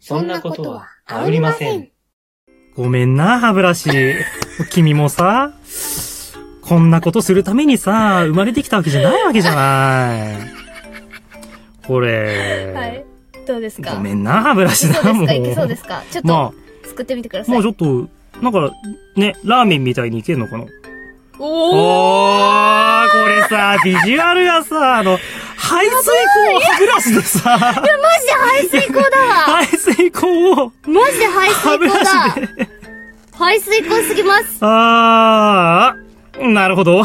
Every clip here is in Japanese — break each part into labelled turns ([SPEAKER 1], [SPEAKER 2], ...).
[SPEAKER 1] そんなことはありません。
[SPEAKER 2] ごめんな、歯ブラシ。 君もさ、こんなことするためにさ、生まれてきたわけじゃないわけじゃない。これ、
[SPEAKER 3] はい。どうですか
[SPEAKER 2] ごめんな、歯ブラシ
[SPEAKER 3] いけ
[SPEAKER 2] だ、
[SPEAKER 3] そう
[SPEAKER 2] も
[SPEAKER 3] で
[SPEAKER 2] う。
[SPEAKER 3] すかいけそうですかちょっ
[SPEAKER 2] ま
[SPEAKER 3] と、作ってみてくだ
[SPEAKER 2] あ、
[SPEAKER 3] さい。
[SPEAKER 2] もうちょっと、なんか、ね、ラーメンみたいにいけるのかな
[SPEAKER 3] おお
[SPEAKER 2] おーこれさ、ビジュアルがさ、あの、排水口を歯ブラシでさ、
[SPEAKER 3] マジで排水口だ わ
[SPEAKER 2] 排水口を
[SPEAKER 3] マジで排
[SPEAKER 2] 歯ブ
[SPEAKER 3] 水
[SPEAKER 2] ラ
[SPEAKER 3] 口だ
[SPEAKER 2] シで。
[SPEAKER 3] 排水口すぎます
[SPEAKER 2] あー、なるほど。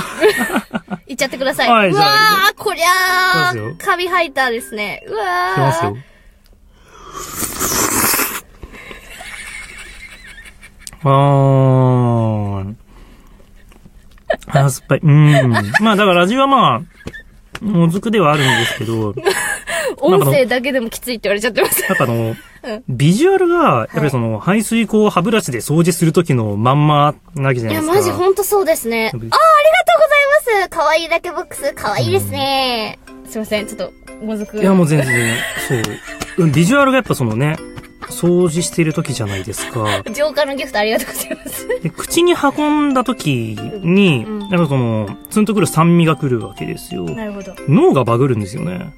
[SPEAKER 3] いっちゃってください。
[SPEAKER 2] はいうじ
[SPEAKER 3] わ
[SPEAKER 2] ゃあ
[SPEAKER 3] ー、こり
[SPEAKER 2] いきます
[SPEAKER 3] ゃ
[SPEAKER 2] よ
[SPEAKER 3] ー、カビハイターですね。うわー。
[SPEAKER 2] いきますよ。あー。あー、酸っぱい。うん。まあだから味はまあ、もずくではあるんですけど、
[SPEAKER 3] 音声だけでもきついって言われちゃってます。
[SPEAKER 2] なんかあの、ビジュアルが、やっぱりその、排水口を歯ブラシで掃除するときのまんまなわけじゃな
[SPEAKER 3] い
[SPEAKER 2] い
[SPEAKER 3] や、
[SPEAKER 2] ですか。
[SPEAKER 3] マジほんとそうですね。あー、ありがとうございます可愛いだけボックス、可愛いですね。すいません、ちょっと、もずく。
[SPEAKER 2] いや、もう全然、そう。うんビジュアルがやっぱそのね、掃除してるときじゃないですか。
[SPEAKER 3] 浄化のギフトありがとうござ います。
[SPEAKER 2] で口に運んだ時に、
[SPEAKER 3] うん
[SPEAKER 2] なんかその、ツンとくる酸味が来るわけですよ。
[SPEAKER 3] なるほど。
[SPEAKER 2] 脳がバグるんですよね。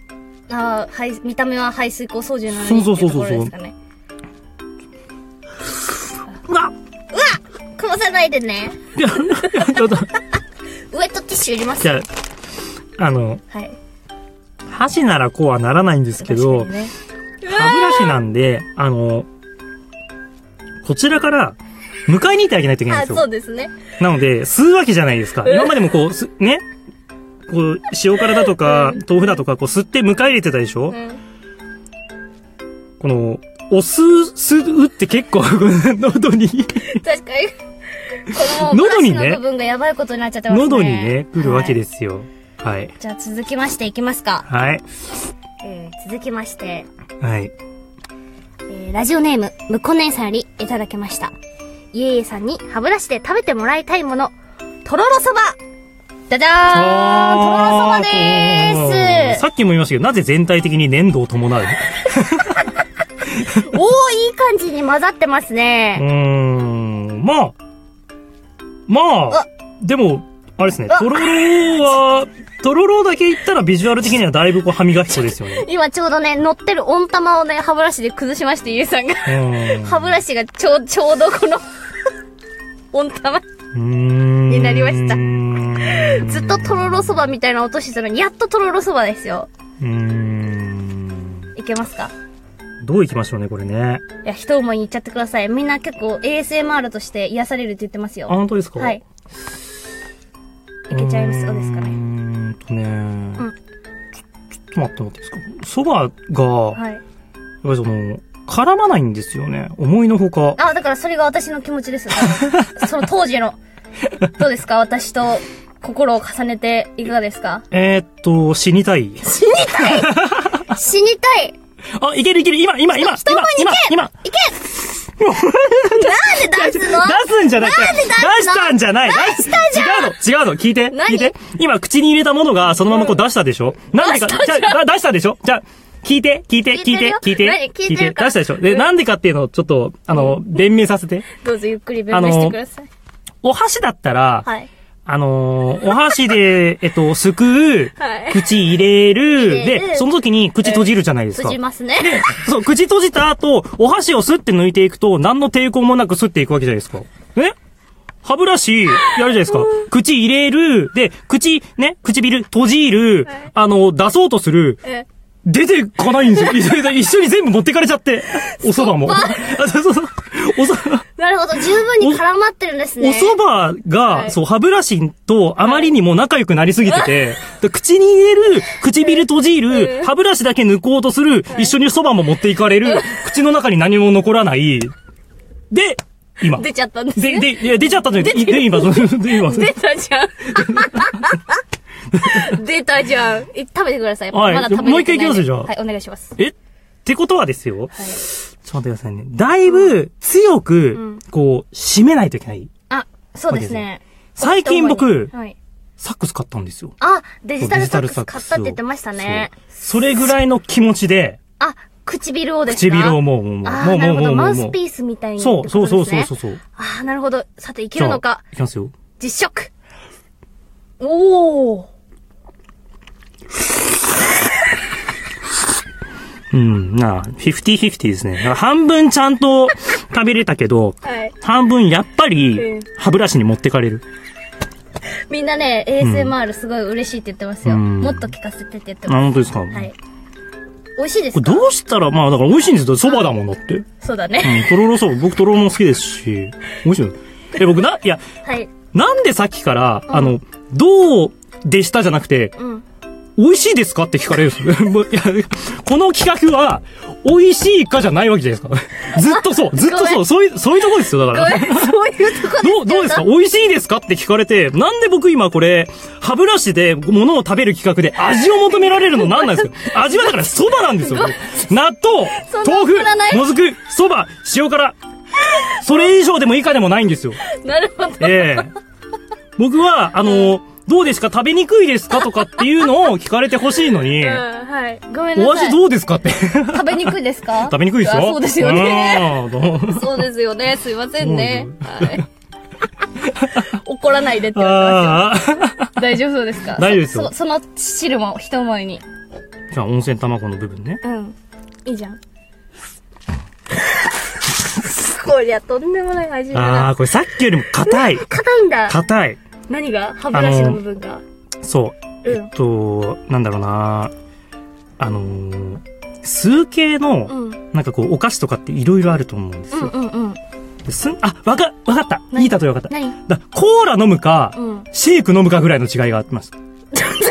[SPEAKER 3] ああ、はい、見た目は排水口掃除なのにって
[SPEAKER 2] そうそう
[SPEAKER 3] と
[SPEAKER 2] そう
[SPEAKER 3] こ
[SPEAKER 2] そう
[SPEAKER 3] ろですかね。
[SPEAKER 2] うわ
[SPEAKER 3] こぼさないでね。
[SPEAKER 2] いや、いやちょっと、
[SPEAKER 3] ウエットティッシュいります
[SPEAKER 2] じゃあ、あの、
[SPEAKER 3] はい。
[SPEAKER 2] 箸ならこうはならないんですけど、
[SPEAKER 3] 確かにね
[SPEAKER 2] 歯ブラシなんで、あの、こちらから、迎えに行ってあげないといけないん
[SPEAKER 3] あ
[SPEAKER 2] です
[SPEAKER 3] そ
[SPEAKER 2] よ
[SPEAKER 3] う。ですね。
[SPEAKER 2] なので、吸うわけじゃないですか。今までもこう、すね、こう、塩辛だとか、豆腐だとか、こう、吸って迎え入れてたでしょ、
[SPEAKER 3] うん。
[SPEAKER 2] この、お酢、吸うって結構、この喉に、
[SPEAKER 3] 確かに。この
[SPEAKER 2] 喉にね
[SPEAKER 3] ブラシの部分がやばいことになっちゃってますね。
[SPEAKER 2] 喉にね、来るわけ
[SPEAKER 3] す。
[SPEAKER 2] ですよ。はい。
[SPEAKER 3] じゃあ続きましていきますか。
[SPEAKER 2] はい。
[SPEAKER 3] えー、続きまして、
[SPEAKER 2] はい。
[SPEAKER 3] えーラジオネーム、むこねえさんよりいただきました。いえいえさんに歯ブラシで食べてもらいたいもの、とろろそばじゃじゃーんとろろそばでーす
[SPEAKER 2] さっきも言いましたけど、なぜ全体的に粘土を伴 う
[SPEAKER 3] おー、いい感じに混ざってます
[SPEAKER 2] う
[SPEAKER 3] ね。
[SPEAKER 2] ーん、まあ、まあ
[SPEAKER 3] あ、
[SPEAKER 2] でも、あれですね、
[SPEAKER 3] あ
[SPEAKER 2] とろろは、とろろだけ言ったらビジュアル的にはだいぶこう歯磨き粉ですよ ね。
[SPEAKER 3] 今ちょうどね、乗ってる温玉をね、歯ブラシで崩しまして、ゆうさ んが。
[SPEAKER 2] うーん。
[SPEAKER 3] 歯ブラシがちょう、ちょうどこの、温玉。
[SPEAKER 2] に
[SPEAKER 3] になりましたず
[SPEAKER 2] た
[SPEAKER 3] っととろろそばみたいな音してたのに、やっととろろそばですよ。
[SPEAKER 2] うーん。
[SPEAKER 3] いけますか
[SPEAKER 2] どういきましょうね、これね。
[SPEAKER 3] いや、一思いに言っちゃってください。みんな結構 ASMR として癒されるって言ってます
[SPEAKER 2] あ、
[SPEAKER 3] よ。
[SPEAKER 2] 本当ですか
[SPEAKER 3] はい。。いけちゃいますそうですか
[SPEAKER 2] うー
[SPEAKER 3] ね。
[SPEAKER 2] んとね。
[SPEAKER 3] ん
[SPEAKER 2] ちょちょっと待って待っていいですか。蕎麦が、やっ
[SPEAKER 3] はい。
[SPEAKER 2] ぱりその、絡まないんですよね。思いのほか。
[SPEAKER 3] あ、だからそれが私の気持ち です。その当時の。どうですか私と心を重ねていかがですか
[SPEAKER 2] えー、っと、死にたい。
[SPEAKER 3] 死にたい
[SPEAKER 2] あ、いけるいける今今今今今今
[SPEAKER 3] いけなんで出すの
[SPEAKER 2] 出すんじゃない
[SPEAKER 3] なんで出すの
[SPEAKER 2] 出したんじゃない
[SPEAKER 3] 出したじゃ
[SPEAKER 2] 違うの違
[SPEAKER 3] ん
[SPEAKER 2] うの聞いて
[SPEAKER 3] 何
[SPEAKER 2] 聞いて今口に入れたものがそのままこう出したでしょ、なんでか
[SPEAKER 3] 出したじゃん
[SPEAKER 2] じゃあだ出したでしょじゃあ聞いて聞いて
[SPEAKER 3] 聞
[SPEAKER 2] 聞
[SPEAKER 3] い
[SPEAKER 2] い
[SPEAKER 3] てる
[SPEAKER 2] て
[SPEAKER 3] よ
[SPEAKER 2] 聞いて
[SPEAKER 3] 何聞いてるか
[SPEAKER 2] 出
[SPEAKER 3] ら
[SPEAKER 2] したでしょで、なんでかっていうのをちょっと、あの、弁明させて。
[SPEAKER 3] どうぞゆっくり弁明してください。
[SPEAKER 2] お箸だったら、
[SPEAKER 3] はい。
[SPEAKER 2] あのーお箸で、えっと、すくう、
[SPEAKER 3] はい
[SPEAKER 2] 口入れる、
[SPEAKER 3] 入れる
[SPEAKER 2] で、その時に口閉じるじゃないですか
[SPEAKER 3] 閉。じますね。
[SPEAKER 2] そう、口閉じた後、お箸をスッて抜いていくと、何の抵抗もなくスッていくわけじゃないですか。ね歯ブラシ、やるじゃないですか。口入れる、で、口、ね、唇、閉じる、あの、出そうとする、
[SPEAKER 3] え
[SPEAKER 2] 出てかないんですよ。一緒に一緒に全部持ってかれちゃって。お蕎麦も。
[SPEAKER 3] そっ
[SPEAKER 2] あ、そうそうそう。お蕎麦。
[SPEAKER 3] なるほど。十分に絡まってるんです
[SPEAKER 2] お
[SPEAKER 3] ね。
[SPEAKER 2] 蕎麦が、
[SPEAKER 3] はい
[SPEAKER 2] そう、歯ブラシとあまりにも仲良くなりすぎてて、で口に入れる、唇閉じる、歯ブラシだけ抜こうとする、一緒に蕎麦も持っていかれる、口の中に何も残らない。で、今。
[SPEAKER 3] 出
[SPEAKER 2] で、
[SPEAKER 3] ちゃったんですね。
[SPEAKER 2] で、いや出ちゃったじゃん。で、今、そうで、今。
[SPEAKER 3] 出たじ ゃん。出たじゃん。え食べてください。
[SPEAKER 2] はい
[SPEAKER 3] まだ食べれてない
[SPEAKER 2] もう一回いきますよじゃあ
[SPEAKER 3] はい、お願いします。
[SPEAKER 2] えってことはですよ。
[SPEAKER 3] は
[SPEAKER 2] ちょ
[SPEAKER 3] い。
[SPEAKER 2] っと待ってくださいね。だいぶ強く、こう、締めないといけない。
[SPEAKER 3] あ、そうですね。
[SPEAKER 2] 最近僕、
[SPEAKER 3] はい。
[SPEAKER 2] サックス買ったんですよ。
[SPEAKER 3] あ、デジタルサックス買ったっ
[SPEAKER 2] デ
[SPEAKER 3] て
[SPEAKER 2] ジ
[SPEAKER 3] 言って
[SPEAKER 2] タル
[SPEAKER 3] ましたね。
[SPEAKER 2] そうそれぐらいの気持ちで、
[SPEAKER 3] あ、唇をですか
[SPEAKER 2] 唇をもう、もう、も
[SPEAKER 3] ああ、
[SPEAKER 2] う、
[SPEAKER 3] な
[SPEAKER 2] もう、も
[SPEAKER 3] るほ
[SPEAKER 2] う、
[SPEAKER 3] ど。
[SPEAKER 2] も
[SPEAKER 3] マ
[SPEAKER 2] う、
[SPEAKER 3] ウ
[SPEAKER 2] も
[SPEAKER 3] スピースみたいな、。
[SPEAKER 2] そう、そう、そう、そう、そうう、そう。
[SPEAKER 3] ああ、なるほど。さて、いけるのか。
[SPEAKER 2] いきますよ。
[SPEAKER 3] 実食。おー。
[SPEAKER 2] うん、なあ、50-50ですね。だから半分ちゃんと食べれたけど、
[SPEAKER 3] はい。
[SPEAKER 2] 半分やっぱ
[SPEAKER 3] うん
[SPEAKER 2] り歯ブラシに持ってかれる。
[SPEAKER 3] みんなね、ASMR すごい嬉しいって言ってますよ。
[SPEAKER 2] うん
[SPEAKER 3] もっと聞かせてって言って
[SPEAKER 2] あ、
[SPEAKER 3] ま
[SPEAKER 2] 本当ですか。
[SPEAKER 3] す。はい。美味しいで
[SPEAKER 2] こ
[SPEAKER 3] す
[SPEAKER 2] れ
[SPEAKER 3] か
[SPEAKER 2] どうしたら、まあだから美味しいんですよ。蕎麦だもんだって。うん、
[SPEAKER 3] そうだね。
[SPEAKER 2] とろろ蕎麦。僕とろろも好きですし、美味しいの。え、僕な、いや、
[SPEAKER 3] はい。
[SPEAKER 2] なんでさっきから、あの、どうでしたじゃなくて、
[SPEAKER 3] うん。
[SPEAKER 2] 美味しいですかって聞かれるんですよ もういやこの企画は、美味しいかじゃないわけじゃないですか。 ずっとそう、ずっと
[SPEAKER 3] ごめ
[SPEAKER 2] そ
[SPEAKER 3] ん
[SPEAKER 2] う、そういう、そういうとこですよ、だ
[SPEAKER 3] ご
[SPEAKER 2] から。
[SPEAKER 3] めん、そういうとこ
[SPEAKER 2] どう、どうですか美味しいですかって聞かれて、なんで僕今これ、歯ブラシで物を食べる企画で味を求められるのなんなんです か味はだから蕎麦なんですよ。納豆
[SPEAKER 3] そん、な
[SPEAKER 2] 豆
[SPEAKER 3] 怒らない
[SPEAKER 2] 腐、もずく、蕎麦、塩辛。それ以上でも以下でもないんですよ。
[SPEAKER 3] なるほど。
[SPEAKER 2] ええ僕は、あの、どうですか食べにくいですかとかっていうのを聞かれてほしいのに
[SPEAKER 3] う、ん、はい。ごめんな
[SPEAKER 2] お
[SPEAKER 3] さい。
[SPEAKER 2] 味どうです かって。
[SPEAKER 3] 食べにくいですか
[SPEAKER 2] 食べにくいですよ。
[SPEAKER 3] あそうですよ
[SPEAKER 2] う
[SPEAKER 3] ね。
[SPEAKER 2] ん。 どう
[SPEAKER 3] そうですよね。すいませんね。はい。怒らないでって言
[SPEAKER 2] あ
[SPEAKER 3] わ
[SPEAKER 2] あ。
[SPEAKER 3] れてますよ。大丈夫そうですか
[SPEAKER 2] 大丈夫ですよ
[SPEAKER 3] そそその汁も一思いに。
[SPEAKER 2] じゃあ、温泉卵の部分ね。
[SPEAKER 3] うん。いい じゃん。こりゃとんでもない味だ
[SPEAKER 2] ああ、
[SPEAKER 3] な。
[SPEAKER 2] これさっきよりも硬い。
[SPEAKER 3] 硬いんだ。
[SPEAKER 2] 硬い。
[SPEAKER 3] 何が歯ブラシの部分が。
[SPEAKER 2] そう。
[SPEAKER 3] う
[SPEAKER 2] え
[SPEAKER 3] ん
[SPEAKER 2] っと、なんだろうなあのー、数形
[SPEAKER 3] う
[SPEAKER 2] の、
[SPEAKER 3] ん。うん
[SPEAKER 2] なんかこう、お菓子とかっていろいろあると思うんですよ。
[SPEAKER 3] うんうん。
[SPEAKER 2] ですんあ、わか、わかった。
[SPEAKER 3] 何
[SPEAKER 2] いい例えわかった。
[SPEAKER 3] 何
[SPEAKER 2] だコーラ飲むか、
[SPEAKER 3] うん。
[SPEAKER 2] シェイク飲むかぐらいの違いがあります。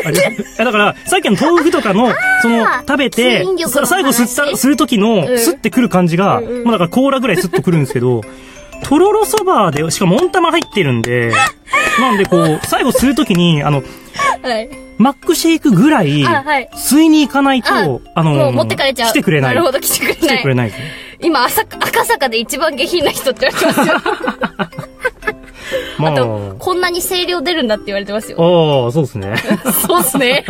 [SPEAKER 2] あれいやだから、さっきの豆腐とかの、その、食べて
[SPEAKER 3] 吸引力の、話
[SPEAKER 2] さ最後吸った、吸う時の、
[SPEAKER 3] うん
[SPEAKER 2] 吸ってくる感じが、
[SPEAKER 3] うんうん
[SPEAKER 2] もうだからコーラぐらい吸っとくるんですけど、とろろそばで、しかも温玉入ってるん で、なんでこう、最後吸う時に、あの、
[SPEAKER 3] はい。
[SPEAKER 2] マックシェイクぐらい、
[SPEAKER 3] あはい
[SPEAKER 2] 吸いに行かないと、あの
[SPEAKER 3] もう持ってかれちゃう。
[SPEAKER 2] 来てくれない。
[SPEAKER 3] なるほど、来てくれ
[SPEAKER 2] 来
[SPEAKER 3] な
[SPEAKER 2] て
[SPEAKER 3] い
[SPEAKER 2] く。れないですね。
[SPEAKER 3] 今赤、赤坂で一番下品な人って言われてますよ。
[SPEAKER 2] まあ、
[SPEAKER 3] あ
[SPEAKER 2] あ
[SPEAKER 3] と、 こんなに声量出るんだって言われてますよ。
[SPEAKER 2] あ、そうですね。
[SPEAKER 3] そうっすね。、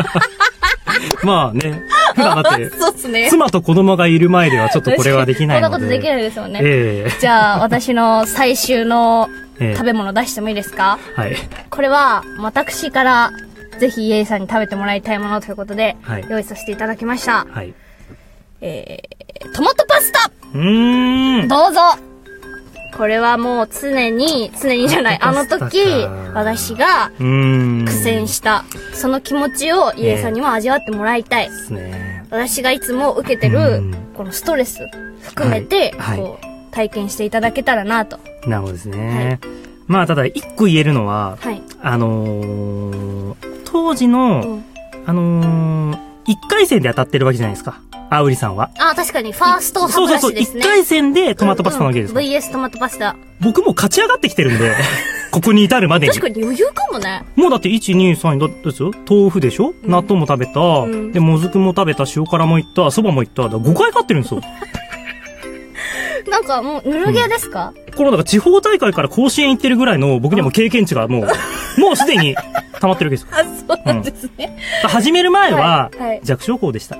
[SPEAKER 2] まあね、普段だって
[SPEAKER 3] そうっすね。
[SPEAKER 2] 妻と子供がいる前ではちょっとこれはできないので。
[SPEAKER 3] こんなことできないですもんね。
[SPEAKER 2] え
[SPEAKER 3] じゃあ、私の最終の
[SPEAKER 2] ええ
[SPEAKER 3] 食べ物出してもいいですか
[SPEAKER 2] えはい。
[SPEAKER 3] これは、私から、ぜひ、イエイさんに食べてもらいたいものということで、
[SPEAKER 2] はい
[SPEAKER 3] 用意させていただきました。
[SPEAKER 2] はい。う
[SPEAKER 3] えー、トマトパスタ
[SPEAKER 2] ーん。
[SPEAKER 3] どうぞこれはもう常に、常にじ ゃない、あの
[SPEAKER 2] トマトパ
[SPEAKER 3] 時
[SPEAKER 2] スタか、
[SPEAKER 3] 私が
[SPEAKER 2] うーん。
[SPEAKER 3] 苦戦した、その気持ちをイエイさんにも味わってもらいたい。
[SPEAKER 2] ですね。
[SPEAKER 3] 私がいつも受けて
[SPEAKER 2] う
[SPEAKER 3] る
[SPEAKER 2] ん、
[SPEAKER 3] このストレス含めて、
[SPEAKER 2] はい
[SPEAKER 3] こう、体験していただけたらなと。
[SPEAKER 2] なるほどですね。まあ、ただ、一個言えるのは、
[SPEAKER 3] はい。
[SPEAKER 2] あのー、当時の、
[SPEAKER 3] うん
[SPEAKER 2] あのー、一回戦で当たってるわけじゃないですか。あうりさんは。
[SPEAKER 3] あ、確かに、ファーストハ
[SPEAKER 2] そうそう
[SPEAKER 3] ブラ
[SPEAKER 2] そう。
[SPEAKER 3] シで
[SPEAKER 2] 一、
[SPEAKER 3] すね。
[SPEAKER 2] 回戦でトマトパスタなわけです、
[SPEAKER 3] うんうん VS トマトパスタ。
[SPEAKER 2] 僕もう勝ち上がってきてるん で、ここに至るまでに
[SPEAKER 3] 確。かに余裕かもね。
[SPEAKER 2] もうだって、1、2、3、だってですよ。豆腐でしょ、納豆も食べた、
[SPEAKER 3] ん
[SPEAKER 2] で、もずくも食べた、塩辛もいった、蕎麦もいった、だ5回勝ってるんですよ。
[SPEAKER 3] なんかもう、ぬるゲーですか、
[SPEAKER 2] このだから地方大会から甲子園行ってるぐらいの僕にはもう経験値がも う、もうすでに溜まってるわけですよ。
[SPEAKER 3] あ、そうなんですね。
[SPEAKER 2] 始める前は
[SPEAKER 3] はいはい
[SPEAKER 2] 弱小校でした。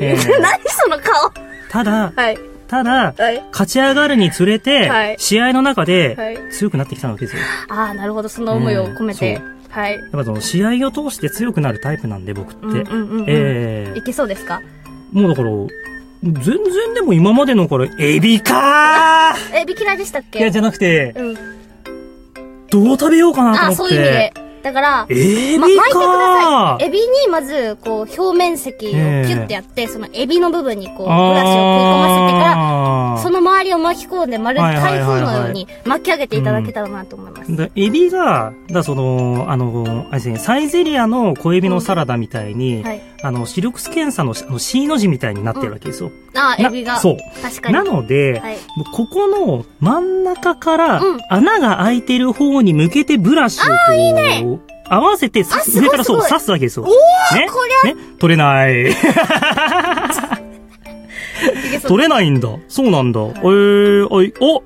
[SPEAKER 2] えー
[SPEAKER 3] 何その顔
[SPEAKER 2] ただ、
[SPEAKER 3] はい。
[SPEAKER 2] ただ、
[SPEAKER 3] はい。
[SPEAKER 2] 勝ち上がるにつれ
[SPEAKER 3] はい
[SPEAKER 2] て、試合の中
[SPEAKER 3] はい
[SPEAKER 2] で強くなってきたわけですよ。
[SPEAKER 3] ああ、なるほど、その思いを込めて
[SPEAKER 2] う。
[SPEAKER 3] はい。
[SPEAKER 2] やっぱその試合を通して強くなるタイプなんで僕って。
[SPEAKER 3] うんうんうんうん
[SPEAKER 2] ええ
[SPEAKER 3] いけそうですか
[SPEAKER 2] もうだから、全然でも今までのから、エビかー
[SPEAKER 3] え、ビキラでしたっけ
[SPEAKER 2] いや、じゃなくて、
[SPEAKER 3] うん。
[SPEAKER 2] どう食べようかなと思っ
[SPEAKER 3] ああ、
[SPEAKER 2] て。
[SPEAKER 3] そういう意味で。だから、
[SPEAKER 2] エビか
[SPEAKER 3] ま、巻い
[SPEAKER 2] ー
[SPEAKER 3] てください。エビにまず、こう、表面積をキ
[SPEAKER 2] ええ
[SPEAKER 3] ュッてやって、そのエビの部分にこう、ブラシを食い込ませてから、
[SPEAKER 2] ら
[SPEAKER 3] その周りを巻き込んで、まるで
[SPEAKER 2] はいはい
[SPEAKER 3] 台
[SPEAKER 2] は
[SPEAKER 3] 風
[SPEAKER 2] いはい
[SPEAKER 3] のように巻き上げていただけたらなと思います。
[SPEAKER 2] だエビが、だその、あの、あれですね、サイゼリアの小エビのサラダみたいに、
[SPEAKER 3] はい。
[SPEAKER 2] あの、視力検査のあの C の字みたいになってるわけですよ。
[SPEAKER 3] ああ、
[SPEAKER 2] な
[SPEAKER 3] エビが。
[SPEAKER 2] そう。
[SPEAKER 3] 確かに。
[SPEAKER 2] なので、
[SPEAKER 3] はい。
[SPEAKER 2] もうここの真ん中から
[SPEAKER 3] うん、
[SPEAKER 2] 穴が開いてる方に向けてブラシをこう、合わせて刺
[SPEAKER 3] あす
[SPEAKER 2] す、
[SPEAKER 3] ごい
[SPEAKER 2] 上からそう、
[SPEAKER 3] すごい
[SPEAKER 2] 刺すわけですよ。
[SPEAKER 3] お
[SPEAKER 2] ね
[SPEAKER 3] こ
[SPEAKER 2] ね取れない。
[SPEAKER 3] いけそう
[SPEAKER 2] 取れないんだ。そうなんだ。ええー、あい、おお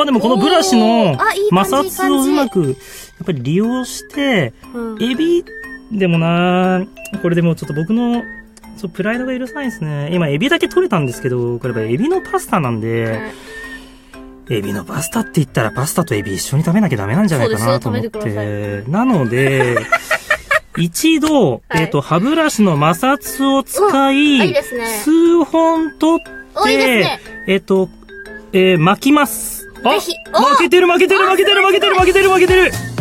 [SPEAKER 2] あ、でもこのブラシ
[SPEAKER 3] お
[SPEAKER 2] の
[SPEAKER 3] ーあいい
[SPEAKER 2] 摩
[SPEAKER 3] 感じいい
[SPEAKER 2] 擦
[SPEAKER 3] 感
[SPEAKER 2] を
[SPEAKER 3] じ
[SPEAKER 2] うまく、やっぱり利用して、
[SPEAKER 3] うん
[SPEAKER 2] エビ、でもなーこれでもちょっと僕のそう、プライドが許さないですね。今、エビだけ取れたんですけど、これやっぱエビのパスタなんで、エビのパスタって言ったらパスタとエビ一緒に食べなきゃダメなんじゃないかなと思っ
[SPEAKER 3] そうですよ食べ
[SPEAKER 2] て。なので、一度、
[SPEAKER 3] はい
[SPEAKER 2] えっ、と、歯ブラシの摩擦を使
[SPEAKER 3] うわい
[SPEAKER 2] い、
[SPEAKER 3] いですね
[SPEAKER 2] 数本取っ
[SPEAKER 3] お
[SPEAKER 2] て、
[SPEAKER 3] いいですね
[SPEAKER 2] えっ、と、えー巻きます。あ
[SPEAKER 3] ぜひお
[SPEAKER 2] 負けてる負けてる負けてる負けてる負けてる負けてる